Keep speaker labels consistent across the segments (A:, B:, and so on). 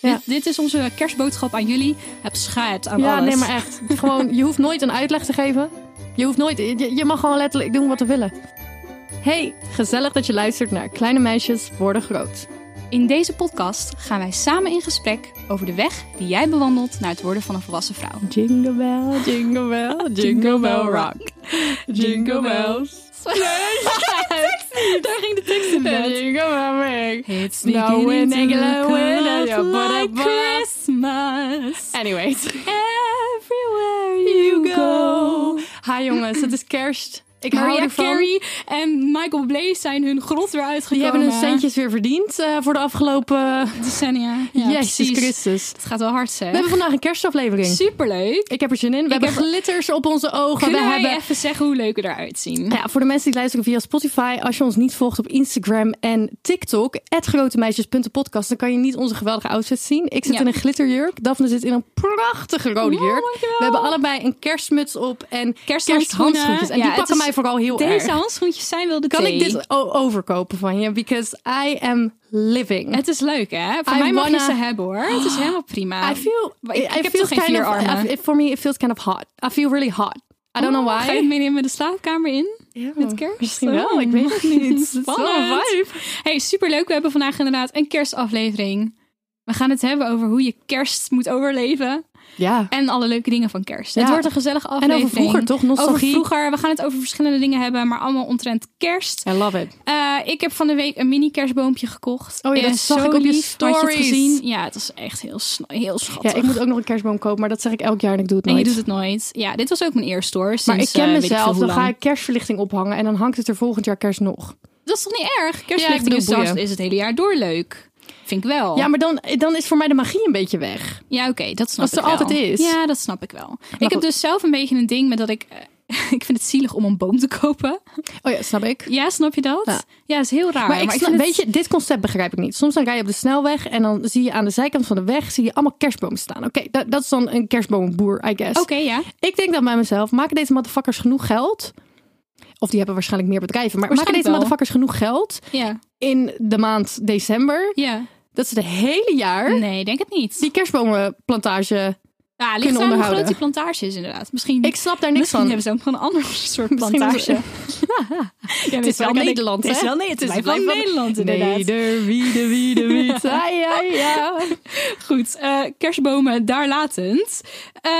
A: Dit, dit is onze kerstboodschap aan jullie. Heb schaat aan
B: ja,
A: alles.
B: nee, maar echt. Gewoon, je hoeft nooit een uitleg te geven. Je hoeft nooit, je, je mag gewoon letterlijk doen wat we willen. Hey, gezellig dat je luistert naar Kleine Meisjes Worden Groot.
A: In deze podcast gaan wij samen in gesprek over de weg die jij bewandelt naar het worden van een volwassen vrouw.
B: Jingle bell, jingle bell, jingle bell rock. Jingle bells.
A: Daar ging de tekst in net.
B: Jingle bell ring.
A: It's
B: No
A: beginning to
B: winning, no
A: look
B: winning,
A: a lot
B: but
A: like
B: above.
A: Christmas.
B: Anyways.
A: Everywhere you go.
B: Hi jongens, het is kerst. Ik hou
A: Mariah
B: ervan.
A: Carey en Michael Blaze zijn hun grot weer
B: Die
A: uitgekomen.
B: hebben hun centjes weer verdiend eh, voor de afgelopen...
A: decennia. Ja,
B: Jezus
A: precies.
B: Christus.
A: Het gaat wel hard, zeg.
B: We hebben vandaag een kerstaflevering.
A: Superleuk.
B: Ik heb er zin in. We hebben
A: heb-
B: glitters op onze ogen.
A: Kunnen
B: we
A: wij
B: hebben... Nou
A: even zeggen hoe leuk we eruit zien?
B: Ja, voor de mensen die luisteren via Spotify, als je ons niet volgt op Instagram en TikTok, grotemeisjes.podcast, dan kan je niet onze geweldige outfits zien. Ik zit
A: Ja.
B: in een glitterjurk, Daphne zit in een prachtige rode
A: Oh,
B: jurk.
A: dankjewel.
B: We hebben allebei een kerstmuts op en
A: Kersthandschoenen.
B: kersthandschoentjes. En
A: Ja,
B: die
A: het
B: pakken
A: is-
B: mij vooral heel
A: Deze
B: erg.
A: handschoentjes zijn wel de
B: Kan
A: thee.
B: ik dit o- overkopen van je? Because I am living.
A: Het is leuk, hè? Voor
B: I
A: mij mag
B: wanna- Ah.
A: je ze hebben, hoor. Het is helemaal prima.
B: I feel,
A: Maar
B: I,
A: ik- ik heb
B: feel
A: toch geen
B: kind
A: vier
B: of,
A: armen?
B: I- for me it feels kind of hot. I feel really hot. I don't know why.
A: Ga je mee in met de slaapkamer in? Met kerst?
B: Misschien wel, ik weet het niet. Het is wel een
A: Spannend.
B: vibe.
A: Hey, superleuk. We hebben vandaag inderdaad een kerstaflevering. We gaan het hebben over hoe je kerst moet overleven.
B: Ja.
A: En alle leuke dingen van kerst. Het
B: Ja.
A: wordt een gezellige aflevering.
B: vroeger, toch?
A: Over
B: Nostalgie.
A: vroeger. We gaan het over verschillende dingen hebben, maar allemaal omtrent kerst.
B: I love it.
A: Eh, ik heb van de week een mini kerstboompje gekocht.
B: Oh ja,
A: Eh,
B: dat zag
A: zo
B: ik op je
A: lief. Had het
B: stories.
A: gezien? Ja, het was echt heel, sn- heel schattig.
B: Ja, ik moet ook nog een kerstboom kopen, maar dat zeg ik elk jaar en ik doe het
A: en
B: nooit.
A: je doet het nooit. Ja, dit was ook mijn eerste hoor. Sinds,
B: maar ik ken
A: eh, weet veel
B: mezelf,
A: hoe
B: dan ga
A: lang.
B: ik kerstverlichting ophangen en dan hangt het er volgend jaar kerst nog.
A: Dat is toch niet erg?
B: Ja, ik
A: Kerstlichting
B: bedoel,
A: is, zelfs-
B: boeien.
A: is het hele jaar door leuk. Vind ik wel.
B: Ja, maar dan, dan is voor mij de magie een beetje weg.
A: Ja, oké, dat snap
B: Als
A: ik
B: het
A: wel.
B: er altijd is.
A: Ja, dat snap ik wel. ik heb
B: goed.
A: dus zelf een beetje een ding met dat ik... eh, ik vind het zielig om een boom te kopen.
B: Oh ja, snap ik.
A: Ja, snap je dat?
B: Ja.
A: Ja, is heel raar.
B: Maar, ik snap,
A: vind
B: weet je, dit concept begrijp ik niet. Soms dan rij je op de snelweg en dan zie je aan de zijkant van de weg zie je allemaal kerstbomen staan. Oké, dat, dat is dan een kerstboomboer, I guess.
A: Oké, ja.
B: Ik denk dan bij mezelf, maken deze motherfuckers genoeg geld? Of die hebben waarschijnlijk meer bedrijven. Maar maken
A: Waarschijnlijk
B: deze
A: wel.
B: motherfuckers genoeg geld
A: Ja.
B: in de maand december?
A: ja.
B: Dat ze de hele jaar
A: Nee, denk het niet. Ah,
B: die kerstbomenplantage.
A: Ja, ligt
B: kunnen
A: aan hoe groot
B: onderhouden.
A: die plantage is inderdaad. Misschien,
B: Ik snap daar niks
A: misschien
B: van.
A: hebben ze ook gewoon een ander soort
B: Misschien hebben
A: plantage.
B: ze-
A: Ja,
B: Het is wel Nederland, hè?
A: Het is wel, nee, het is
B: Wij
A: wel
B: van-
A: Nederland inderdaad.
B: Neder, wiede, wiede, wied. Ja, ja, ja.
A: Goed, eh, kerstbomen daar latend. Eh,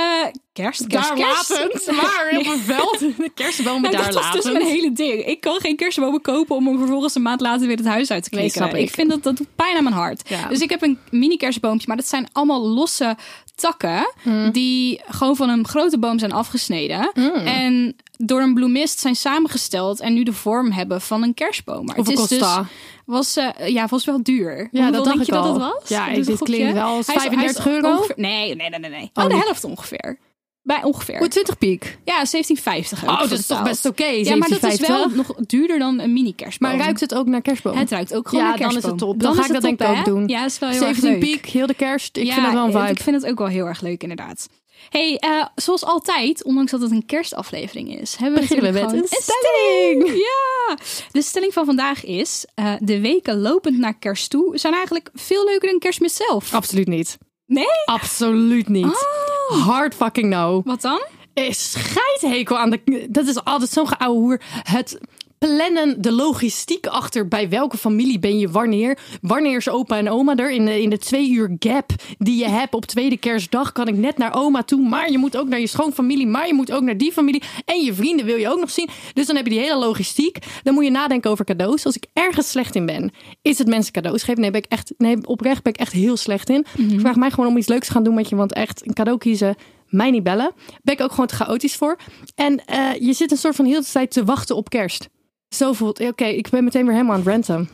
A: kerst, kerst,
B: Daar
A: kerst.
B: latend, maar op een veld. De kerstbomen
A: Nou,
B: daar
A: dat is dus
B: latend.
A: mijn hele ding. Ik kan geen kerstbomen kopen om hem vervolgens een maand later weer het huis uit te
B: Nee,
A: klikken.
B: snap ik.
A: ik vind dat dat doet pijn aan mijn hart.
B: Ja.
A: Dus ik heb een mini kerstboompje, maar dat zijn allemaal losse takken
B: Hmm.
A: die gewoon van een grote boom zijn afgesneden en door een bloemist zijn samengesteld en nu de vorm hebben van een kerstboom. Maar
B: Hoeveel
A: het is
B: kost
A: dus
B: dat?
A: was eh, ja, was wel duur.
B: Ja, dat
A: Hoeveel
B: dacht
A: denk
B: ik
A: je dat
B: al.
A: dat was?
B: Ja,
A: Doe eens
B: dit
A: een gokje.
B: klinkt wel
A: Hij is- hij is
B: 35 euro.
A: ongeveer- nee, nee, nee, nee, nee. Oh, de
B: niet.
A: helft ongeveer. Bij ongeveer.
B: Goed, 20 piek.
A: Ja, 1750 heb
B: Oh,
A: ik
B: dat
A: voor
B: is toch
A: betaald.
B: best oké,
A: Ja, maar dat is wel
B: 17,50.
A: nog duurder dan een mini kerstboom.
B: Maar ruikt het ook naar kerstboom?
A: Het ruikt ook gewoon
B: Ja,
A: naar
B: dan is
A: kerstboom.
B: het top. Dan ga
A: is
B: ik
A: het
B: dat denk ik
A: hè?
B: ook doen.
A: Ja, is wel heel erg
B: 17
A: leuk.
B: piek, heel de kerst. Ik
A: Ja, eh,
B: vind dat wel een vibe.
A: Ik vind het ook wel heel erg leuk, inderdaad. hey, eh, zoals altijd, ondanks dat het een kerstaflevering is, hebben we
B: Beginnen we
A: natuurlijk
B: met
A: gewoon
B: een stelling.
A: Ja! De stelling van vandaag is: eh, de weken lopend naar kerst toe zijn eigenlijk veel leuker dan kerstmis zelf.
B: Absoluut niet.
A: Nee?
B: Absoluut niet.
A: Oh.
B: Hard fucking no.
A: Wat dan?
B: Eh, scheidhekel aan de. Dat is altijd zo'n geouwe hoer. Het plannen, de logistiek achter bij welke familie ben je wanneer. Wanneer is opa en oma er? In de, in de twee uur gap die je hebt op tweede kerstdag kan ik net naar oma toe. Maar je moet ook naar je schoonfamilie. Maar je moet ook naar die familie. En je vrienden wil je ook nog zien. Dus dan heb je die hele logistiek. Dan moet je nadenken over cadeaus. Als ik ergens slecht in ben, is het mensen cadeaus geven. Nee, ben ik echt, nee oprecht ben ik echt heel slecht in. Vraag mij gewoon om iets leuks te gaan doen met je. Want echt, een cadeau kiezen mij niet bellen. Ben ik ook gewoon te chaotisch voor. En eh, je zit een soort van heel de tijd te wachten op kerst. Zo voelt, oké, ik ben meteen weer helemaal aan het ranten.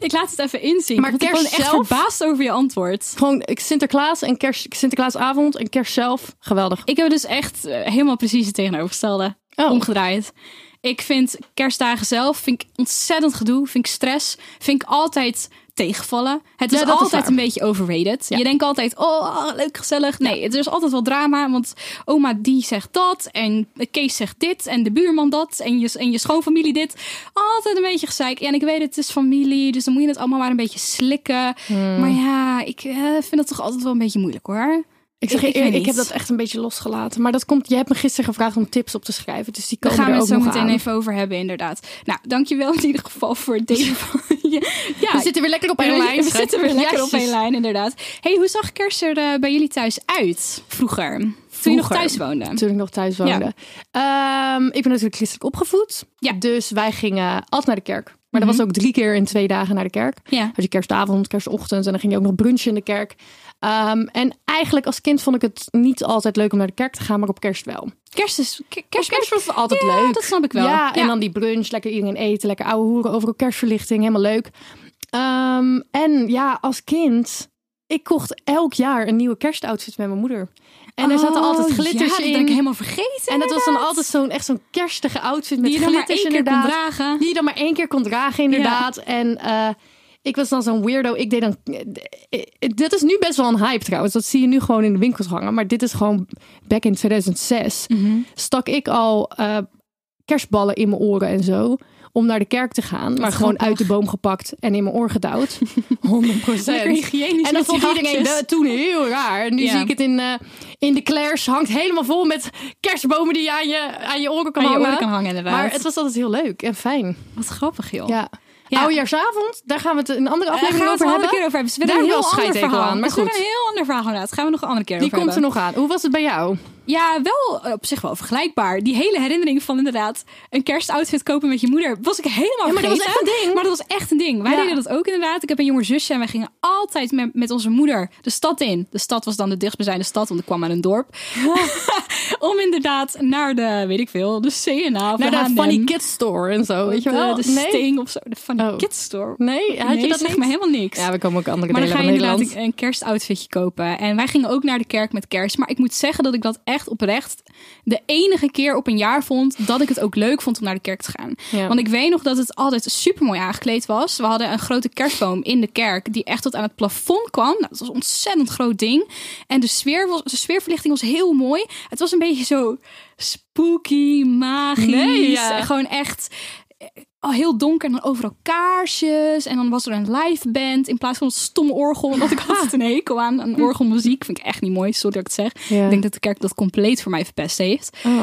A: Ik laat het even inzien.
B: Maar
A: Maar ik ben
B: kerst
A: echt
B: zelf?
A: verbaasd over je antwoord.
B: Gewoon eh, Sinterklaas en kerst, Sinterklaasavond en kerst zelf. Geweldig.
A: Ik heb dus echt eh, helemaal precies het tegenovergestelde.
B: Oh.
A: Omgedraaid. Ik vind kerstdagen zelf vind ik ontzettend gedoe. Vind ik stress. Vind ik altijd tegenvallen. Het
B: Ja,
A: is
B: dat is
A: altijd
B: waar.
A: een beetje overrated. Je denkt altijd, oh, leuk, gezellig. Nee, er is altijd wel drama. Want oma die zegt dat. En Kees zegt dit. En de buurman dat. En je, en je schoonfamilie dit. Altijd een beetje gezeik. Ja, en ik weet het, het is familie. Dus dan moet je het allemaal maar een beetje slikken.
B: Hmm.
A: Maar ja, ik eh, vind dat toch altijd wel een beetje moeilijk hoor.
B: Ik zeg
A: Ik-
B: je
A: ik
B: eerlijk,
A: weet
B: ik heb
A: niet.
B: dat echt een beetje losgelaten. Maar dat komt, je hebt me gisteren gevraagd om tips op te schrijven. Dus die
A: Daar
B: komen
A: gaan we
B: er
A: het
B: ook
A: zo
B: nog
A: meteen
B: aan.
A: even over hebben, inderdaad. Nou, dankjewel in ieder geval voor het delen van je. Ja,
B: We zitten weer lekker op één lijn.
A: We
B: schat.
A: zitten weer lekker op
B: Jezus.
A: één lijn, inderdaad. hey, hoe zag kerst er eh, bij jullie thuis uit vroeger? Toen je nog
B: Vroeger.
A: thuis woonde?
B: Toen ik nog thuis woonde. Ehm, ik ben natuurlijk christelijk opgevoed.
A: Ja. Mhm.
B: Dus wij gingen altijd naar de kerk. Maar dat was ook drie keer in twee dagen naar de kerk.
A: Ja.
B: Had je kerstavond, kerstochtend en dan ging je ook nog brunchen in de kerk. Ehm, en eigenlijk als kind vond ik het niet altijd leuk om naar de kerk te gaan, maar op kerst wel.
A: Kerst is... ke- Kerst,
B: Oh, Kerst was het altijd
A: Ja,
B: leuk.
A: dat snap ik wel.
B: Ja, en
A: Ja.
B: dan die brunch, lekker iedereen eten, lekker ouwe hoeren over kerstverlichting, helemaal leuk. Ehm, en ja, als kind, ik kocht elk jaar een nieuwe kerstoutfit met mijn moeder. En er zaten
A: Oh,
B: altijd
A: ja,
B: glitters
A: dat
B: in.
A: ben ik helemaal vergeten.
B: En dat was dan
A: inderdaad.
B: altijd zo'n echt zo'n kerstige outfit met
A: Die je dan maar
B: glitters
A: één keer kon
B: inderdaad.
A: dragen.
B: Die je dan maar één keer kon dragen inderdaad. En eh, ik was dan zo'n weirdo. Ik deed dan. eh, Dit is nu best wel een hype trouwens. Dat zie je nu gewoon in de winkels hangen. Maar dit is gewoon back in 2006.
A: Mhm.
B: Stak ik al eh, kerstballen in mijn oren en zo. Om naar de kerk te gaan. maar gewoon
A: grappig.
B: uit de boom gepakt en in mijn oor gedouwd. 100
A: Lekker hygiënisch
B: en dat
A: met die
B: vond iedereen
A: haakjes.
B: de- toen heel raar. En Nu
A: Ja.
B: zie ik het in, eh, in de Claire's. Hangt helemaal vol met kerstbomen die je aan je, aan je oren kan
A: Aan je
B: hangen.
A: oren kan hangen, inderdaad.
B: Maar het was altijd heel leuk en fijn.
A: Wat grappig, joh.
B: Ja.
A: Ja. Eh,
B: Oudjaarsavond, daar gaan we het in een andere
A: Daar gaan
B: aflevering
A: we het
B: over
A: een
B: hebben.
A: andere keer over hebben. Ze willen
B: Daar
A: een heel
B: wel
A: ander
B: scheidhekel
A: verhaal.
B: aan, maar
A: Ze willen
B: goed.
A: een heel ander verhaal inderdaad. Gaan we nog een andere keer
B: Die
A: over
B: komt er
A: hebben.
B: nog aan. Hoe was het bij jou?
A: Ja, wel eh, op zich wel vergelijkbaar. Die hele herinnering van inderdaad een kerstoutfit kopen met je moeder was ik helemaal
B: Ja, maar dat was
A: vergeten.
B: echt een ding.
A: Maar dat was echt een ding. Wij
B: Ja.
A: deden dat ook inderdaad. Ik heb een jonger zusje en wij gingen altijd met, met onze moeder de stad in. De stad was dan de dichtstbijzijnde stad, want ik kwam uit een dorp. Om inderdaad naar de, weet ik veel, de CNA of
B: Naar de
A: H&M.
B: Funny Kids Store en zo. Weet je
A: de,
B: wel?
A: de
B: Nee.
A: Sting of zo. De Funny
B: Oh.
A: Kids Store.
B: Nee, had je
A: Nee,
B: dat
A: zegt
B: niet?
A: me helemaal niks.
B: Ja, we komen ook andere
A: Maar dan
B: delen
A: ga
B: van
A: je inderdaad
B: Nederland.
A: een een kerstoutfitje kopen. En wij gingen ook naar de kerk met kerst. Maar ik moet zeggen dat ik dat echt oprecht de enige keer op een jaar vond dat ik het ook leuk vond om naar de kerk te gaan.
B: Ja.
A: Want ik weet nog dat het altijd super mooi aangekleed was. We hadden een grote kerstboom in de kerk die echt tot aan het plafond kwam. Nou, dat was een ontzettend groot ding. En de, sfeer was, de sfeerverlichting was heel mooi. Het was een beetje zo spooky, magisch.
B: Nee, ja.
A: En gewoon echt al heel donker en dan overal kaarsjes. En dan was er een live band in plaats van een stomme orgel. Want ik
B: Ah.
A: had een hekel aan, aan orgelmuziek. Vind ik echt niet mooi, sorry dat ik het zeg.
B: Hm. Ja.
A: Ik denk dat de kerk dat compleet voor mij verpest heeft.
B: Oh.
A: Uh,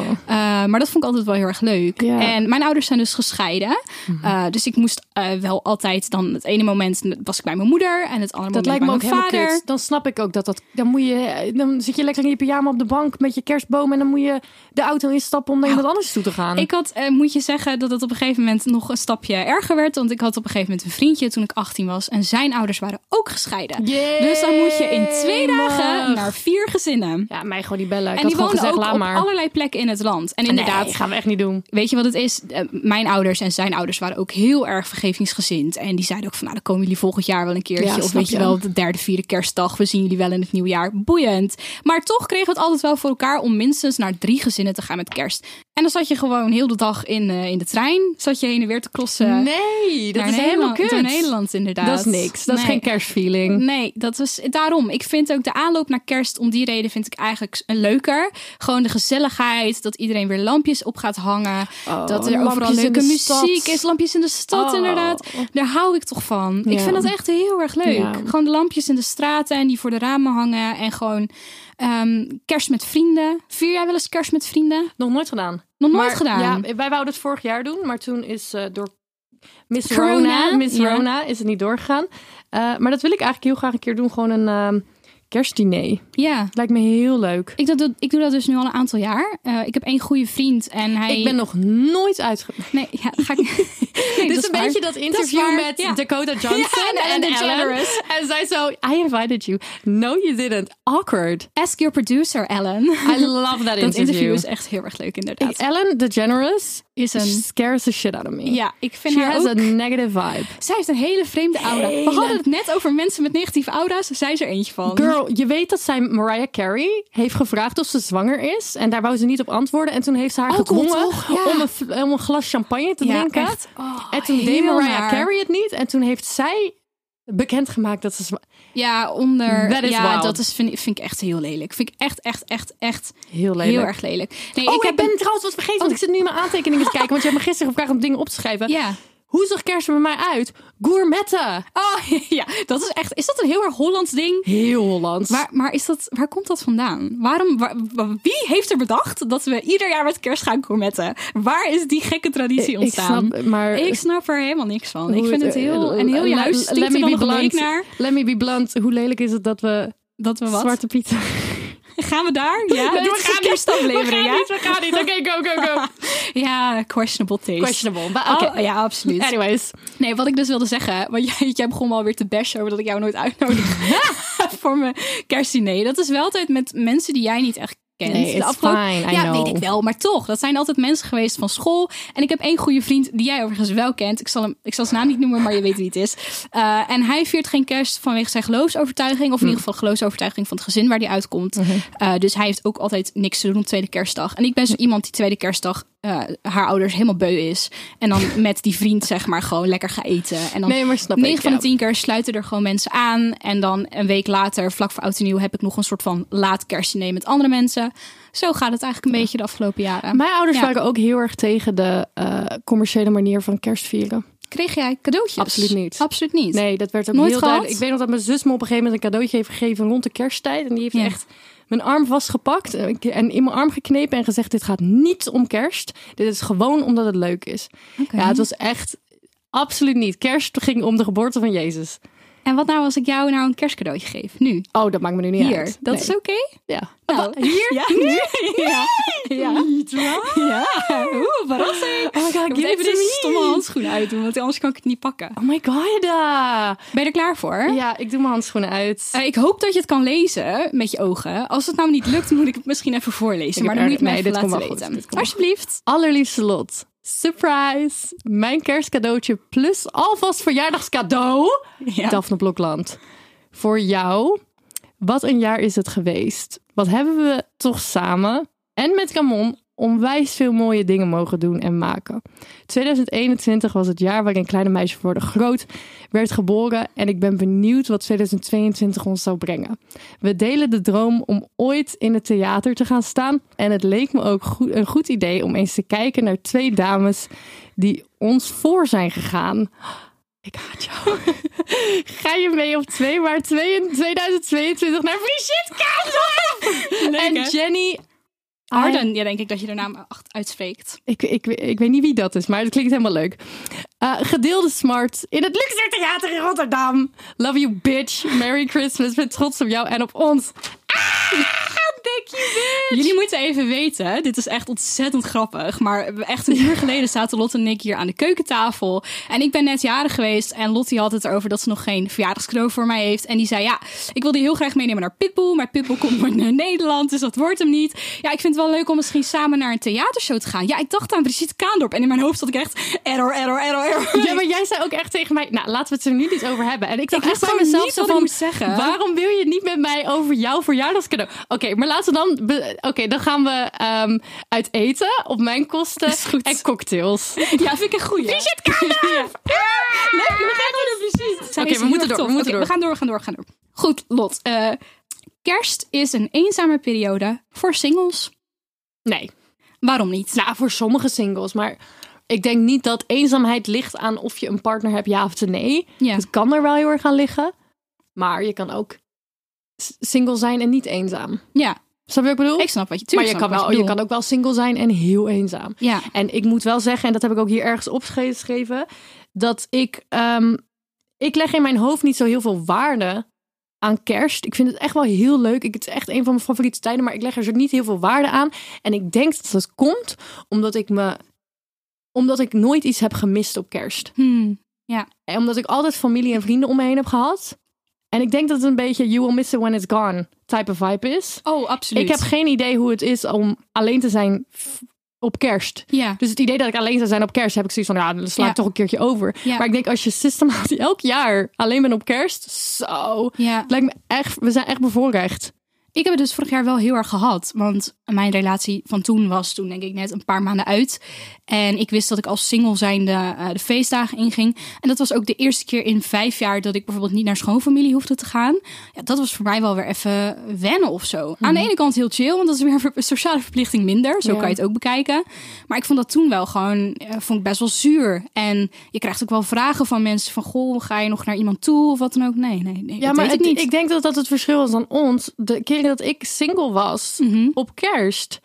A: maar dat vond ik altijd wel heel erg leuk.
B: Ja. Mhm.
A: En mijn ouders zijn dus gescheiden. Uh, dus ik moest eh, wel altijd dan... Het ene moment was ik bij mijn moeder. En het andere moment
B: Dat lijkt me ook
A: bij mijn
B: helemaal
A: vader.
B: kut. Dan snap ik ook dat dat... Dan, moet je, eh, dan zit je lekker in je pyjama op de bank met je kerstboom... en dan moet je de auto instappen om naar iemand anders toe te gaan.
A: Nou, Ik had, eh, moet je zeggen, dat het op een gegeven moment nog een stapje erger werd. Want ik had op een gegeven moment een vriendje toen ik 18 was. En zijn ouders waren ook gescheiden.
B: Jee,
A: dus dan moet je in twee
B: mag.
A: dagen naar vier gezinnen.
B: Ja, mij gewoon die bellen. ik
A: en
B: had
A: die
B: gewoon
A: woonden
B: gezegd,
A: ook
B: laat
A: op
B: maar.
A: allerlei plekken in het land. En inderdaad,
B: Nee, gaan we echt niet doen.
A: weet je wat het is? Eh, Mijn ouders en zijn ouders waren ook heel erg vergevingsgezind. En die zeiden ook van, nou, dan komen jullie volgend jaar wel een keertje.
B: Ja,
A: of
B: snap
A: weet je
B: je.
A: wel, op de derde, vierde kerstdag. We zien jullie wel in het nieuwe jaar. Boeiend. Maar toch kregen we het altijd wel voor elkaar om minstens naar drie gezinnen te gaan met kerst. En dan zat je gewoon heel de dag in, eh, in de trein. Zat je heen en weer te
B: Eh,
A: klossen.
B: Nee, dat
A: naar
B: is helemaal
A: Nederland,
B: kut.
A: Naar Nederland inderdaad.
B: Dat is niks. Dat is
A: Nee.
B: geen kerstfeeling.
A: Nee, dat was daarom. Ik vind ook de aanloop naar kerst, om die reden vind ik eigenlijk een leuker. Gewoon de gezelligheid, dat iedereen weer lampjes op gaat hangen. dat er overal
B: Oh, lampjes in
A: leuke
B: de
A: muziek
B: stad.
A: is. Lampjes in de stad,
B: Oh.
A: inderdaad. Daar hou ik toch van. Ik
B: Ja.
A: vind dat echt heel erg leuk.
B: Ja.
A: Gewoon de lampjes in de straten en die voor de ramen hangen. En gewoon ehm, kerst met vrienden. Vier jij wel eens kerst met vrienden?
B: Nog nooit gedaan.
A: Nog nooit
B: Maar,
A: gedaan.
B: Ja, wij wouden het vorig jaar doen, maar toen is eh, door Miss
A: Corona,
B: Rona, Miss
A: ja.
B: Rona is het niet doorgegaan. Eh, maar dat wil ik eigenlijk heel graag een keer doen. Gewoon een ehm, kerstdiner.
A: Ja.
B: Lijkt me heel leuk.
A: Ik, dat, doe- ik doe dat dus nu al een aantal jaar. Eh, ik heb één goede vriend en hij...
B: Ik ben nog nooit uitge...
A: Nee, ja, ga ik... Nee,
B: Dit
A: dat
B: is een
A: waar.
B: beetje dat interview
A: waar,
B: met
A: ja.
B: Dakota Johnson
A: Ja, en
B: en,
A: Ellen
B: Ellen.
A: DeGeneres.
B: En zij zo, I invited you. No, you didn't. Awkward.
A: Ask your producer, Ellen.
B: I love that
A: Dat interview
B: interview.
A: is echt heel erg leuk, inderdaad.
B: Ik- Ellen DeGeneres
A: is
B: She
A: een...
B: scares the shit out of me.
A: Ja, ik vind
B: She
A: haar
B: has
A: ook...
B: a negative vibe.
A: Zij heeft een hele vreemde aura.
B: Hele-
A: We hadden het net over mensen met negatieve aura's. Zij is er eentje van.
B: Girl, je weet dat zij Mariah Carey heeft gevraagd of ze zwanger is. En daar wou ze niet op antwoorden. En toen heeft ze haar
A: Alcohol,
B: gedwongen
A: Oh, toch? Ja.
B: om, een, fl- om een glas champagne te
A: Ja,
B: drinken.
A: echt. Oh,
B: en toen deed
A: heel
B: Mariah
A: naar.
B: Carey het niet. En toen heeft zij bekendgemaakt dat ze zwa-
A: Ja, onder...
B: That is
A: ja,
B: wild.
A: dat is, vind, ik- vind ik echt heel lelijk. Vind ik echt, echt, echt, echt
B: Heel lelijk.
A: heel erg lelijk. Nee,
B: Oh,
A: ik
B: ik,
A: heb
B: ben
A: een- Oh.
B: trouwens wat vergeten, want ik zit nu mijn aantekeningen te kijken. Want je hebt me gisteren gevraagd om dingen op te schrijven.
A: Ja.
B: Hoe zag kerst er bij mij uit? Gourmetten.
A: Oh, ja, dat is echt... Is dat een heel erg Hollands ding?
B: Heel Hollands.
A: Maar, maar is dat, waar komt dat vandaan? Waarom, waar- wa- wie heeft er bedacht dat we ieder jaar met kerst gaan gourmetten? Waar is die gekke traditie
B: Ik- ik
A: ontstaan?
B: snap, maar-
A: Ik snap er helemaal niks van. Ik
B: Hoe
A: vind het
B: het,
A: heel...
B: eh,
A: En heel
B: eh,
A: je
B: la-
A: huis
B: let
A: stinkt
B: me
A: er dan
B: be
A: nog gelijk
B: blunt.
A: naar.
B: Let me be blunt. Hoe lelijk is het dat we
A: Dat we wat?
B: Zwarte Piet...
A: Gaan we daar? Ja,
B: Nee,
A: dit
B: we
A: is
B: gaan
A: een kerstaflevering, ja?
B: we gaan niet. Oké, go, go, go.
A: Ja, questionable taste.
B: Questionable, maar oké.
A: Oh, ja, absoluut.
B: Anyways.
A: Nee, wat ik dus wilde zeggen, want jij, jij begon me alweer te bashen over dat ik jou nooit uitnodig voor mijn kerstdiner. Dat is wel altijd met mensen die jij niet echt kent.
B: Nee, it's fine, I
A: ja,
B: know.
A: weet ik wel, maar toch. Dat zijn altijd mensen geweest van school. En ik heb één goede vriend die jij overigens wel kent. Ik zal, hem, ik zal zijn naam niet noemen, maar je weet wie het is. Eh, en hij viert geen kerst vanwege zijn geloofsovertuiging.
B: Hm.
A: Of in ieder geval de geloofsovertuiging van het gezin waar hij uitkomt. Eh, dus hij heeft ook altijd niks te doen op tweede kerstdag. En ik ben zo
B: Hm.
A: iemand die tweede kerstdag eh, haar ouders helemaal beu is. En dan met die vriend zeg maar gewoon lekker gaat eten. En dan
B: Nee, maar snap
A: 9
B: ik,
A: van
B: ja.
A: de 10 keer sluiten er gewoon mensen aan. En dan een week later, vlak voor oud en nieuw, heb ik nog een soort van laat kerstdiner met andere mensen. Zo gaat het eigenlijk een beetje de afgelopen jaren.
B: Mijn ouders
A: Ja.
B: waren ook heel erg tegen de eh, commerciële manier van kerstvieren.
A: Kreeg jij cadeautjes?
B: Absoluut niet.
A: Absoluut niet.
B: Nee, dat werd ook
A: Nooit
B: heel
A: gehad?
B: duidelijk. Ik weet nog dat mijn zus me op een gegeven moment een cadeautje heeft gegeven rond de kersttijd. En die heeft
A: Ja.
B: echt mijn arm vastgepakt en ik- en in mijn arm geknepen en gezegd: Dit gaat niet om kerst. Dit is gewoon omdat het leuk is. Ja, het was echt absoluut niet. Kerst ging om de geboorte van Jezus.
A: En wat nou als ik jou nou een kerstcadeautje geef? Nu.
B: Oh, dat Oh, maakt me nu niet
A: Hier.
B: uit.
A: Dat
B: Nee.
A: is oké?
B: Ja.
A: Nou, hier? Ja. Nu? Ja. Ja. Ja. Oeh, verrassing.
B: Oh my god,
A: Ik moet
B: give it
A: even
B: to
A: deze
B: me.
A: stomme handschoenen uitdoen, want anders kan ik het niet pakken.
B: Oh my god. ah.
A: Ben je er klaar voor?
B: Ja, ik doe mijn handschoenen uit.
A: Eh, ik hoop dat je het kan lezen met je ogen. Als het nou niet lukt, moet ik het misschien even voorlezen.
B: Ik
A: maar
B: heb
A: dan moet je
B: erg-
A: het mij even
B: nee, dit komt
A: laten
B: wel goed.
A: weten.
B: Dit komt wel
A: Alsjeblieft.
B: Allerliefste Lot. Surprise! Mijn kerstcadeautje plus alvast verjaardagscadeau.
A: Ja.
B: Daphne Blokland. Voor jou. Wat een jaar is het geweest. Wat hebben we toch samen en met Ramon onwijs veel mooie dingen mogen doen en maken. 2021 was het jaar waarin Kleine Meisje voor de Groot werd geboren. En ik ben benieuwd wat 2022 ons zou brengen. We delen de droom om ooit in het theater te gaan staan. En het leek me ook goed, een goed idee om eens te kijken naar twee dames die ons voor zijn gegaan. Ik haat jou. Ga je mee op 2 maart 2 2022 naar Free Shit Kamer?
A: hè?
B: En Jenny...
A: Arden, Ah, ja, denk ik dat je de naam acht- uitspreekt.
B: Ik, ik, ik weet niet wie dat is, maar het klinkt helemaal leuk. Eh, gedeelde smart in het Luxor Theater in Rotterdam. Love you, bitch. Merry Christmas. Ben trots op jou en op ons.
A: Jullie moeten even weten, dit is echt ontzettend grappig. Maar we- echt een uur geleden zaten Lotte en ik hier aan de keukentafel. En ik ben net jarig geweest. En Lotte die had het erover dat ze nog geen verjaardagscadeau voor mij heeft. En die zei, ja, ik wil die heel graag meenemen naar Pitbull. Maar Pitbull komt nooit naar Nederland, dus dat wordt hem niet. Ja, ik vind het wel leuk om misschien samen naar een theatershow te gaan. Ja, ik dacht aan Brigitte Kaandorp. En in mijn hoofd zat ik echt, error, error, error, error.
B: Ja, maar jij zei ook echt tegen mij, nou, laten we het er nu niet over hebben. En ik dacht
A: Ik wist
B: echt bij
A: gewoon
B: mezelf
A: niet
B: zo
A: wat ik
B: van,
A: moest zeggen.
B: waarom wil je het niet met mij over jouw verjaardagscadeau? Oké, maar laten we dan, be- oké, dan gaan we ehm, uit eten op mijn kosten
A: Is goed.
B: en cocktails.
A: Ja, vind ik een goeie. Brigitte Kaandorp! Leuk, we gaan door naar Brigitte.
B: Oké, we moeten door, we moeten
A: Oké,
B: door.
A: We gaan door, we gaan door, we gaan door. Goed, Lot. eh, kerst is een eenzame periode voor singles.
B: Nee,
A: Waarom niet?
B: Nou, voor sommige singles, maar ik denk niet dat eenzaamheid ligt aan of je een partner hebt, ja of nee.
A: Ja.
B: Het kan er wel heel erg aan liggen, maar je kan ook s- single zijn en niet eenzaam.
A: Ja,
B: Snap je wat ik bedoel?
A: ik snap wat je...
B: maar
A: tuurlijk
B: je
A: snap
B: kan,
A: ik
B: wel,
A: wat
B: je
A: bedoelt.
B: kan ook wel single zijn en heel eenzaam.
A: Ja.
B: En ik moet wel zeggen, en dat heb ik ook hier ergens opgeschreven, dat ik, ehm, ik leg in mijn hoofd niet zo heel veel waarde aan kerst. Ik vind het echt wel heel leuk. Ik, het is echt een van mijn favoriete tijden, maar ik leg er zo niet heel veel waarde aan. En ik denk dat dat komt omdat ik me omdat ik nooit iets heb gemist op kerst.
A: Hmm.
B: En omdat ik altijd familie en vrienden om me heen heb gehad. En ik denk dat het een beetje you will miss it when it's gone type of vibe is.
A: Oh, absoluut.
B: Ik heb geen idee hoe het is om alleen te zijn f- op kerst.
A: Ja.
B: Dus het idee dat ik alleen zou zijn op kerst, heb ik zoiets van, ja, dan sla ik
A: Ja.
B: toch een keertje over.
A: Ja.
B: Maar ik denk, als je systematisch elk jaar alleen bent op kerst, zo.
A: Ja.
B: Het lijkt me echt, we zijn echt bevoorrecht.
A: Ik heb het dus vorig jaar wel heel erg gehad. Want mijn relatie van toen was toen denk ik net een paar maanden uit. En ik wist dat ik als single zijnde eh, de feestdagen inging. En dat was ook de eerste keer in vijf jaar dat ik bijvoorbeeld niet naar schoonfamilie hoefde te gaan. Ja, dat was voor mij wel weer even wennen of zo. Aan de ene kant heel chill, want dat is weer een ver- een sociale verplichting minder. Zo
B: Mhm. Ja.
A: kan je het ook bekijken. Maar ik vond dat toen wel gewoon eh, vond ik best wel zuur. En je krijgt ook wel vragen van mensen van... Goh, ga je nog naar iemand toe of wat dan ook? Nee, nee, nee.
B: Ja,
A: dat
B: maar
A: weet ik
B: het-
A: niet.
B: ik denk dat dat het verschil is dan ons. De keer dat ik single was op kerst,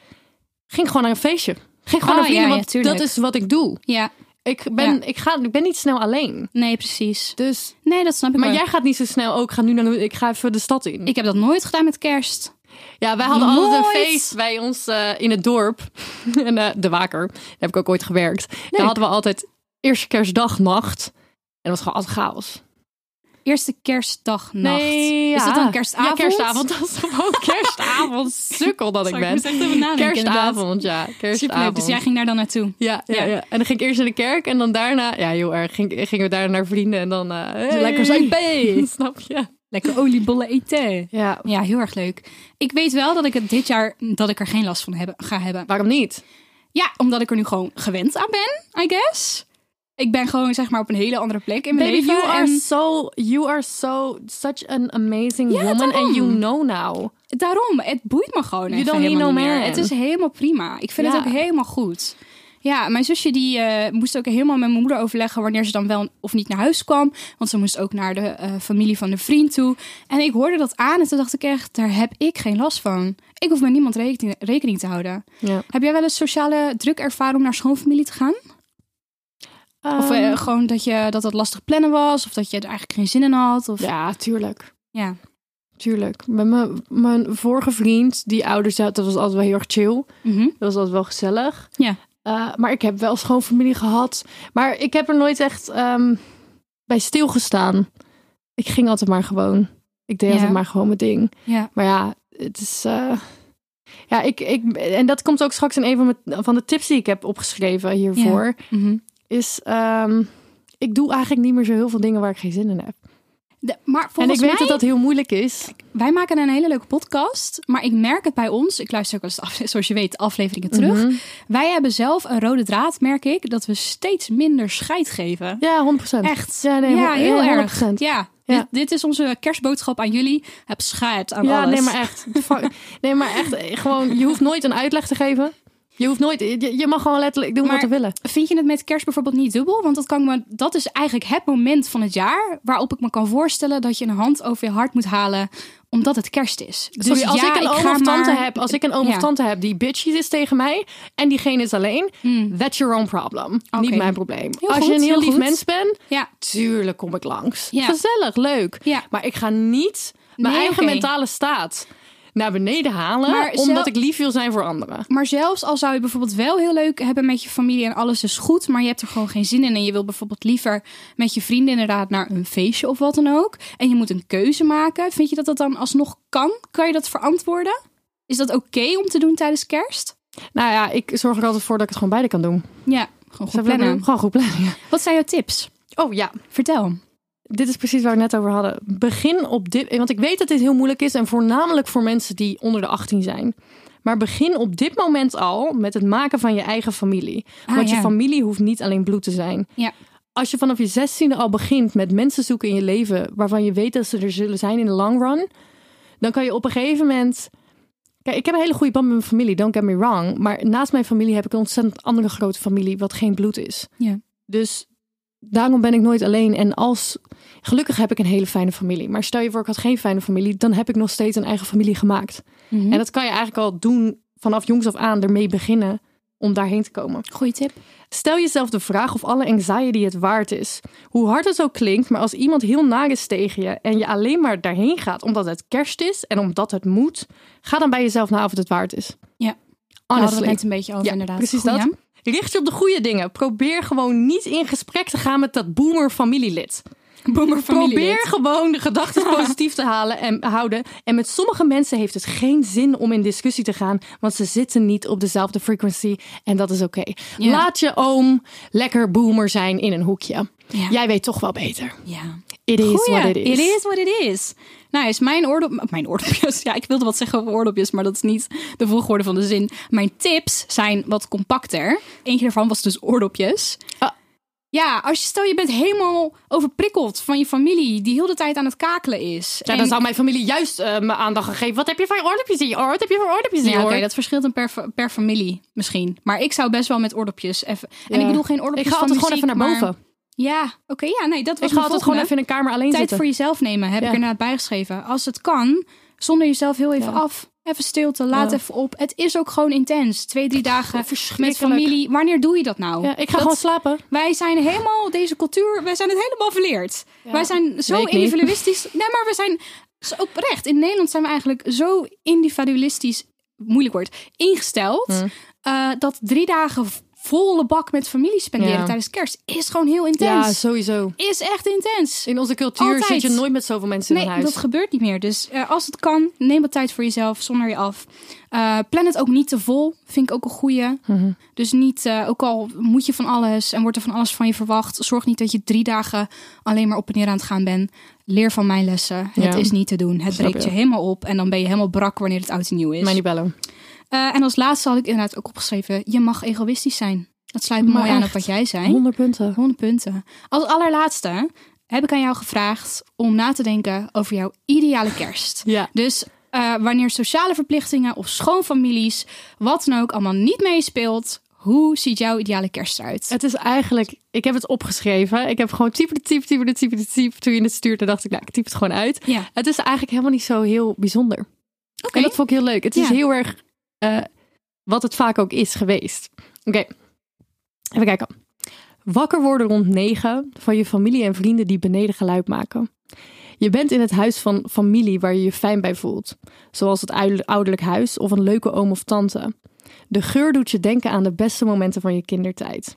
B: ging ik gewoon naar een feestje. Ging gewoon
A: Oh,
B: naar vrienden,
A: ja, ja,
B: want
A: tuurlijk.
B: dat is wat ik doe.
A: Ja,
B: Ik ben,
A: Ja.
B: ik ga, ik ben niet snel alleen.
A: nee, precies.
B: Dus,
A: Nee, dat snap ik
B: maar
A: wel.
B: jij gaat niet zo snel. Ook ga nu naar, de- ik ga even de stad in.
A: Ik heb dat nooit gedaan met kerst.
B: Ja, wij hadden altijd een
A: Nooit.
B: feest bij ons eh, in het dorp. en eh, de waker, daar heb ik ook ooit gewerkt. Daar hadden we altijd eerste kerstdagnacht. En dat was gewoon altijd chaos.
A: Eerste kerstdagnacht.
B: ah. ja.
A: Is dat dan kerstavond?
B: Ja, kerstavond. Dat is gewoon kerstavond. Sukkel dat ik
A: Sorry, ik
B: ben.
A: moest echt even nadenken,
B: kerstavond, ja.
A: Superleuk,
B: Kerstavond.
A: dus jij ging daar dan naartoe.
B: ja, ja,
A: Ja.
B: ja. En dan ging ik eerst naar de kerk en dan daarna... Ja, heel erg. Ging, gingen we daarna naar vrienden en dan... eh, hey.
A: Lekker zo'n IP.
B: Snap je?
A: Lekker oliebollen eten.
B: Ja.
A: Ja, heel erg leuk. Ik weet wel dat ik het dit jaar dat ik er geen last van hebben, ga hebben.
B: Waarom niet?
A: Ja, omdat ik er nu gewoon gewend aan ben, I guess. Ik ben gewoon zeg maar op een hele andere plek in mijn
B: Baby,
A: leven.
B: you are
A: en
B: so, you are so, such an amazing
A: Ja,
B: woman and
A: daarom.
B: you know now.
A: daarom, het boeit me gewoon
B: You
A: even
B: don't need
A: helemaal
B: no
A: niet meer.
B: man.
A: Het is helemaal prima. Ik vind
B: Ja.
A: het ook helemaal goed. Ja, mijn zusje die eh, moest ook helemaal met mijn moeder overleggen wanneer ze dan wel of niet naar huis kwam. Want ze moest ook naar de eh, familie van de vriend toe. En ik hoorde dat aan en toen dacht ik echt, daar heb ik geen last van. Ik hoef met niemand rekening, rekening te houden.
B: Ja.
A: Heb jij wel eens sociale druk ervaren om naar schoonfamilie te gaan? Of eh,
B: Ehm.
A: gewoon dat, je, dat dat lastig plannen was? Of dat je er eigenlijk geen zin in had? Of...
B: ja, tuurlijk.
A: ja.
B: Tuurlijk. Met mijn, mijn vorige vriend, die ouders had, dat was altijd wel heel erg chill.
A: Mhm.
B: Dat was altijd wel gezellig.
A: Ja.
B: Eh, maar ik heb wel schoonfamilie gehad. Maar ik heb er nooit echt ehm, bij stilgestaan. Ik ging altijd maar gewoon. Ik deed
A: Ja.
B: altijd maar gewoon mijn ding.
A: ja.
B: Maar ja, het is. eh, Ja, ik, ik, en dat komt ook straks in een van, mijn, van de tips die ik heb opgeschreven hiervoor.
A: Mhm.
B: Is ehm, ik doe eigenlijk niet meer zo heel veel dingen waar ik geen zin in heb.
A: De- maar volgens
B: en ik
A: mij...
B: weet dat dat heel moeilijk is.
A: Wij maken een hele leuke podcast, maar ik merk het bij ons. Ik luister ook wel eens, de afle- zoals je weet, de afleveringen terug.
B: Mhm.
A: Wij hebben zelf een rode draad, merk ik, dat we steeds minder scheid geven.
B: Ja, 100%.
A: Echt.
B: Ja, nee,
A: ja,
B: hon-
A: heel
B: ja,
A: erg.
B: 100%.
A: Ja.
B: eh, Ja.
A: Dit, dit is onze kerstboodschap aan jullie. Heb scheid aan
B: Ja,
A: alles.
B: nee, maar eh, echt. Fuck. nee, maar echt. eh, Gewoon, je hoeft nooit een uitleg te geven. Je hoeft nooit. Je, je mag gewoon letterlijk doen wat
A: Maar-
B: we willen.
A: Vind je het met kerst bijvoorbeeld niet dubbel? Want dat, kan ik me, dat is eigenlijk het moment van het jaar waarop ik me kan voorstellen dat je een hand over je hart moet halen omdat het kerst is. Dus
B: Sorry, als
A: ja,
B: ik een
A: ga
B: oom of tante
A: maar-
B: heb, als ik een oom
A: Ja.
B: of tante heb die bitchy is tegen mij en diegene is alleen, that's your own problem. Niet mijn probleem.
A: Mm. Heel
B: als je
A: goed,
B: een heel
A: heel
B: lief
A: goed.
B: mens bent,
A: Ja.
B: tuurlijk kom ik langs.
A: Ja.
B: Gezellig, leuk.
A: Ja.
B: Maar ik ga niet mijn
A: Nee,
B: eigen
A: oké.
B: mentale staat naar beneden halen
A: Maar
B: omdat
A: zelf-
B: ik lief wil zijn voor anderen.
A: Maar zelfs al zou je bijvoorbeeld wel heel leuk hebben met je familie en alles is goed, maar je hebt er gewoon geen zin in en je wil bijvoorbeeld liever met je vrienden inderdaad naar een feestje of wat dan ook en je moet een keuze maken, vind je dat dat dan alsnog kan? Kan je dat verantwoorden? Is dat oké om te doen tijdens kerst?
B: Nou ja, ik zorg er altijd voor dat ik het gewoon beide kan doen.
A: Ja, gewoon goed
B: Snap je wat ik bedoel?
A: plannen.
B: Gewoon goed plannen. ja.
A: Wat zijn jouw tips?
B: Oh ja,
A: Vertel.
B: dit is precies waar we het net over hadden. Begin op dit. Want ik weet dat dit heel moeilijk is. En voornamelijk voor mensen die onder de 18 zijn. Maar begin op dit moment al met het maken van je eigen familie.
A: Ah,
B: Want je
A: ja.
B: familie hoeft niet alleen bloed te zijn.
A: Ja.
B: Als je vanaf je zestiende al begint met mensen zoeken in je leven. waarvan je weet dat ze er zullen zijn in de long run. dan kan je op een gegeven moment. Kijk, ik heb een hele goede band met mijn familie, don't get me wrong. Maar naast mijn familie heb ik een ontzettend andere grote familie. wat geen bloed is.
A: Ja.
B: Dus daarom ben ik nooit alleen. En als. Gelukkig heb ik een hele fijne familie. Maar stel je voor, ik had geen fijne familie. dan heb ik nog steeds een eigen familie gemaakt.
A: Mhm.
B: En dat kan je eigenlijk al doen vanaf jongs af aan ermee beginnen. om daarheen te komen.
A: Goeie tip.
B: Stel jezelf de vraag of alle anxiety het waard is. Hoe hard het ook klinkt, maar als iemand heel naar is tegen je en je alleen maar daarheen gaat omdat het kerst is en omdat het moet, ga dan bij jezelf na of het het waard is.
A: Ja. Daar hadden we
B: Honestly.
A: het net een beetje over
B: Ja,
A: inderdaad.
B: precies
A: Goeie,
B: dat.
A: hè?
B: Richt je op de goede dingen. Probeer gewoon niet in gesprek te gaan met dat boomer familielid.
A: Boomerfamilie.
B: Probeer gewoon de gedachten positief te halen en houden. En met sommige mensen heeft het geen zin om in discussie te gaan, want ze zitten niet op dezelfde frequency en dat is oké.
A: Ja.
B: Laat je oom lekker boomer zijn in een hoekje.
A: Ja.
B: Jij weet toch wel beter.
A: Ja.
B: It is
A: Goeie,
B: what it is.
A: what it is. Nou, is mijn oordop... Mijn oordopjes. Ja, ik wilde wat zeggen over oordopjes, maar dat is niet de volgorde van de zin. Mijn tips zijn wat compacter. Eentje daarvan was dus oordopjes.
B: Ah.
A: Ja, als je stel je bent helemaal overprikkeld van je familie die heel de tijd aan het kakelen is.
B: Nou,
A: En-
B: dan zou mijn familie juist eh, me aandacht gegeven. Wat heb je voor oordopjes in je oor? Wat heb je voor oordopjes in je
A: Ja, oké,
B: oor?
A: dat verschilt dan per, fa- per familie misschien. Maar ik zou best wel met oordopjes even... En
B: Ja.
A: ik bedoel geen oordopjes
B: ik ga
A: van
B: altijd gewoon
A: muziek,
B: even naar
A: maar-
B: boven.
A: Ja, oké, ja, nee, dat was
B: Ik ga
A: mijn
B: altijd gewoon
A: volgende.
B: even in een kamer alleen
A: tijd
B: zitten.
A: voor jezelf nemen, heb
B: Ja.
A: ik ernaar bijgeschreven. Als het kan, zonder jezelf heel even
B: Ja.
A: af. Even stilte, laat
B: Ja. Oh,
A: even op. Het is ook gewoon intens. Twee, drie dagen met
B: verschrikkelijk.
A: familie. Wanneer doe je dat nou?
B: Ja, ik ga
A: Dat-
B: gewoon slapen.
A: Wij zijn helemaal, deze cultuur, wij zijn het helemaal verleerd. Wij zijn zo
B: weet ik niet.
A: individualistisch. Nee, maar we zijn zo oprecht. In Nederland zijn we eigenlijk zo individualistisch, moeilijk woord, ingesteld.
B: Hmm.
A: eh, dat drie dagen volle bak met familie spenderen
B: Ja.
A: tijdens kerst is gewoon heel intens.
B: Ja, sowieso.
A: Is echt intens.
B: In onze cultuur
A: Altijd.
B: zit je nooit met zoveel mensen
A: Nee,
B: in een huis.
A: dat gebeurt niet meer. Dus eh, als het kan, neem wat tijd voor jezelf, zonder je af. Eh, plan het ook niet te vol, vind ik ook een goeie.
B: Mhm.
A: Dus niet, eh, ook al moet je van alles en wordt er van alles van je verwacht, zorg niet dat je drie dagen alleen maar op en neer aan het gaan bent. Leer van mijn lessen. Het
B: Ja.
A: is niet te doen. Het
B: Snap
A: breekt je
B: je.
A: helemaal op en dan ben je helemaal brak wanneer het oud en nieuw is.
B: Mij niet bellen.
A: Eh, en als laatste had ik inderdaad ook opgeschreven, je mag egoïstisch zijn. Dat sluit mooi
B: Maar
A: aan
B: echt.
A: op wat jij zei.
B: 100 punten.
A: 100 punten. Als allerlaatste heb ik aan jou gevraagd om na te denken over jouw ideale kerst.
B: Ja.
A: Dus eh, wanneer sociale verplichtingen of schoonfamilies, wat dan ook, allemaal niet meespeelt, hoe ziet jouw ideale kerst eruit?
B: Het is eigenlijk, ik heb het opgeschreven. Ik heb gewoon type de type, type de type de type. Toen je het stuurde, dacht ik, nou, ik typ het gewoon uit.
A: Ja.
B: Het is eigenlijk helemaal niet zo heel bijzonder.
A: Oké.
B: En dat vond ik heel leuk. Het is
A: Ja.
B: heel erg eh, wat het vaak ook is geweest. Oké, even kijken. Wakker worden rond negen van je familie en vrienden die beneden geluid maken. Je bent in het huis van familie waar je je fijn bij voelt. Zoals het uil- ouderlijk huis of een leuke oom of tante. De geur doet je denken aan de beste momenten van je kindertijd.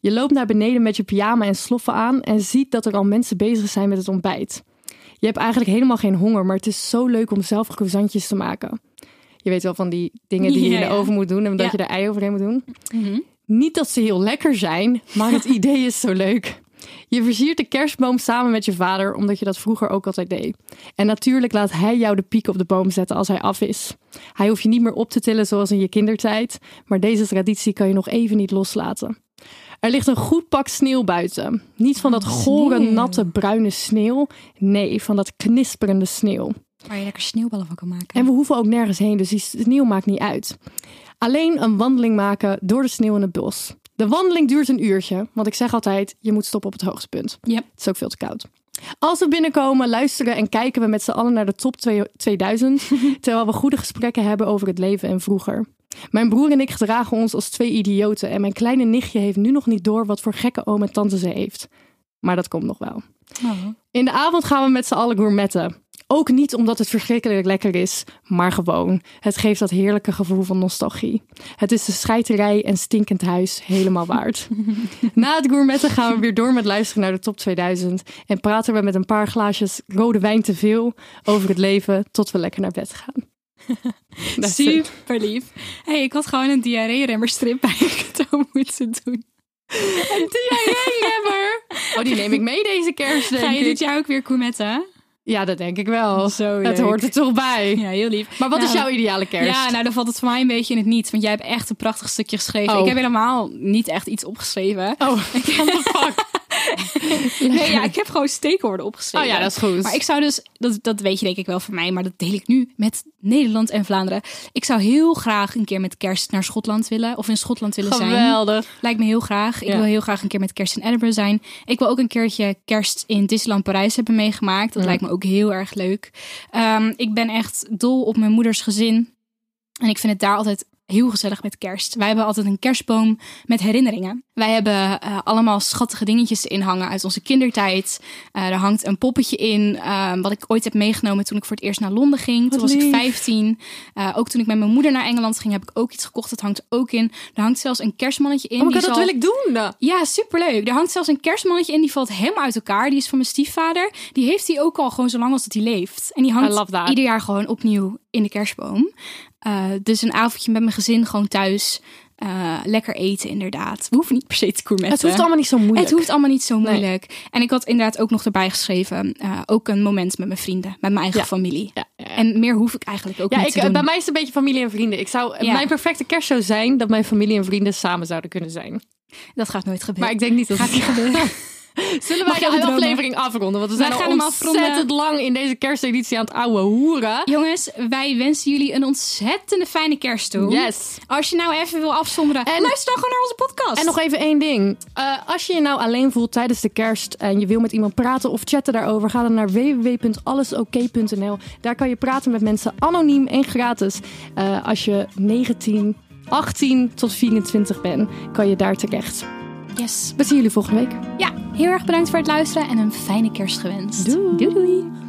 B: Je loopt naar beneden met je pyjama en sloffen aan en ziet dat er al mensen bezig zijn met het ontbijt. Je hebt eigenlijk helemaal geen honger, maar het is zo leuk om zelf croissantjes te maken. Je weet wel van die dingen die je
A: Ja,
B: in de
A: ja.
B: oven moet doen en dat
A: Ja.
B: je er ei overheen moet doen.
A: Mhm.
B: Niet dat ze heel lekker zijn, maar het idee is zo leuk. Je versiert de kerstboom samen met je vader, omdat je dat vroeger ook altijd deed. En natuurlijk laat hij jou de piek op de boom zetten als hij af is. Hij hoeft je niet meer op te tillen zoals in je kindertijd, maar deze traditie kan je nog even niet loslaten. Er ligt een goed pak sneeuw buiten. Niet van dat gore,
A: sneeuw.
B: natte, bruine sneeuw. Nee, van dat knisperende sneeuw.
A: Waar je lekker sneeuwballen van kan maken.
B: En we hoeven ook nergens heen, dus die sneeuw maakt niet uit. Alleen een wandeling maken door de sneeuw in het bos. De wandeling duurt een uurtje, want ik zeg altijd: je moet stoppen op het hoogtepunt.
A: Yep.
B: Het is ook veel te koud. Als we binnenkomen, luisteren en kijken we met z'n allen naar de top twee- 2000, terwijl we goede gesprekken hebben over het leven en vroeger. Mijn broer en ik gedragen ons als twee idioten en mijn kleine nichtje heeft nu nog niet door wat voor gekke oom en tante ze heeft. Maar dat komt nog wel.
A: Oh.
B: In de avond gaan we met z'n allen gourmetten. Ook niet omdat het verschrikkelijk lekker is, maar gewoon. Het geeft dat heerlijke gevoel van nostalgie. Het is de scheiterij en stinkend huis helemaal waard. Na het gourmetten gaan we weer door met luisteren naar de top 2000. En praten we met een paar glaasjes rode wijn te veel over het leven tot we lekker naar bed gaan. That's it.
A: Super lief. hey, ik had gewoon een diarree-remmerstrip bij je cadeau moeten doen. Een diarree-remmer?
B: Oh, die neem ik mee deze kerst, denk
A: Ga je
B: ik.
A: dit jaar ook weer gourmetten?
B: Ja, dat denk ik wel.
A: Zo
B: dat
A: leuk.
B: hoort er toch bij.
A: Ja, heel lief.
B: Maar wat is
A: Nou,
B: jouw ideale kerst?
A: Ja, nou dan valt het voor mij een beetje in het niet. Want jij hebt echt een prachtig stukje geschreven.
B: Oh.
A: Ik heb helemaal niet echt iets opgeschreven.
B: Oh, what the fuck?
A: Nee, ja, ik heb gewoon steekwoorden opgeschreven.
B: Oh ja, dat is goed.
A: Maar ik zou dus, dat, dat weet je denk ik wel van mij, maar dat deel ik nu met Nederland en Vlaanderen. Ik zou heel graag een keer met kerst naar Schotland willen. Of in Schotland willen zijn.
B: Geweldig.
A: Lijkt me heel graag. Ik
B: Ja.
A: wil heel graag een keer met kerst in Edinburgh zijn. Ik wil ook een keertje kerst in Disneyland Parijs hebben meegemaakt. Dat lijkt me ook heel erg leuk. Ehm, ik ben echt dol op mijn moeders gezin. En ik vind het daar altijd heel gezellig met kerst. Wij hebben altijd een kerstboom met herinneringen. Wij hebben eh, allemaal schattige dingetjes in hangen uit onze kindertijd. Eh, er hangt een poppetje in, eh, wat ik ooit heb meegenomen toen ik voor het eerst naar Londen ging. toen was
B: lief.
A: ik 15. Eh, ook toen ik met mijn moeder naar Engeland ging, heb ik ook iets gekocht. Dat hangt ook in. Er hangt zelfs een kerstmannetje in.
B: Oh my
A: die
B: god, dat
A: zal-
B: wil ik doen.
A: ja, superleuk. Er hangt zelfs een kerstmannetje in. Die valt helemaal uit elkaar. Die is van mijn stiefvader. Die heeft hij ook al gewoon zo lang als dat hij leeft. En die
B: I love
A: hangt
B: that.
A: ieder jaar gewoon opnieuw in de kerstboom. Eh, dus een avondje met mijn gezin gewoon thuis. Eh, lekker eten inderdaad. We hoeven niet per se te gourmetten.
B: Het hoeft allemaal niet zo moeilijk.
A: Het hoeft allemaal niet zo moeilijk. En ik had inderdaad ook nog erbij geschreven. eh, ook een moment met mijn vrienden. Met mijn eigen
B: Ja.
A: familie.
B: Ja, ja, ja.
A: En meer hoef ik eigenlijk ook
B: Ja,
A: niet
B: ik, eh,
A: te doen.
B: bij mij is het een beetje familie en vrienden. Ik zou,
A: Ja.
B: Mijn perfecte kerst zou zijn dat mijn familie en vrienden samen zouden kunnen zijn.
A: Dat gaat nooit gebeuren.
B: Maar ik denk niet dat
A: Gaat niet gebeuren.
B: Zullen
A: Mag
B: wij
A: jij
B: de
A: bedromen?
B: aflevering afronden? Want we zijn
A: Wij
B: al
A: gaan hem
B: ontzettend
A: afronden.
B: lang in deze kersteditie aan het ouwe hoeren.
A: Jongens, wij wensen jullie een ontzettende fijne kerst toe.
B: Yes.
A: Als je nou even wil afzonderen,
B: En-
A: luister dan gewoon naar onze podcast.
B: En nog even één ding. Eh, als je je nou alleen voelt tijdens de kerst en je wil met iemand praten of chatten daarover, ga dan naar www.allesoké.nl. Daar kan je praten met mensen anoniem en gratis. Eh, als je 19, 18 tot 24 bent, kan je daar terecht.
A: Yes.
B: We zien jullie volgende week.
A: Ja, heel erg bedankt voor het luisteren en een fijne kerst gewenst.
B: Doei.
A: doei. doei.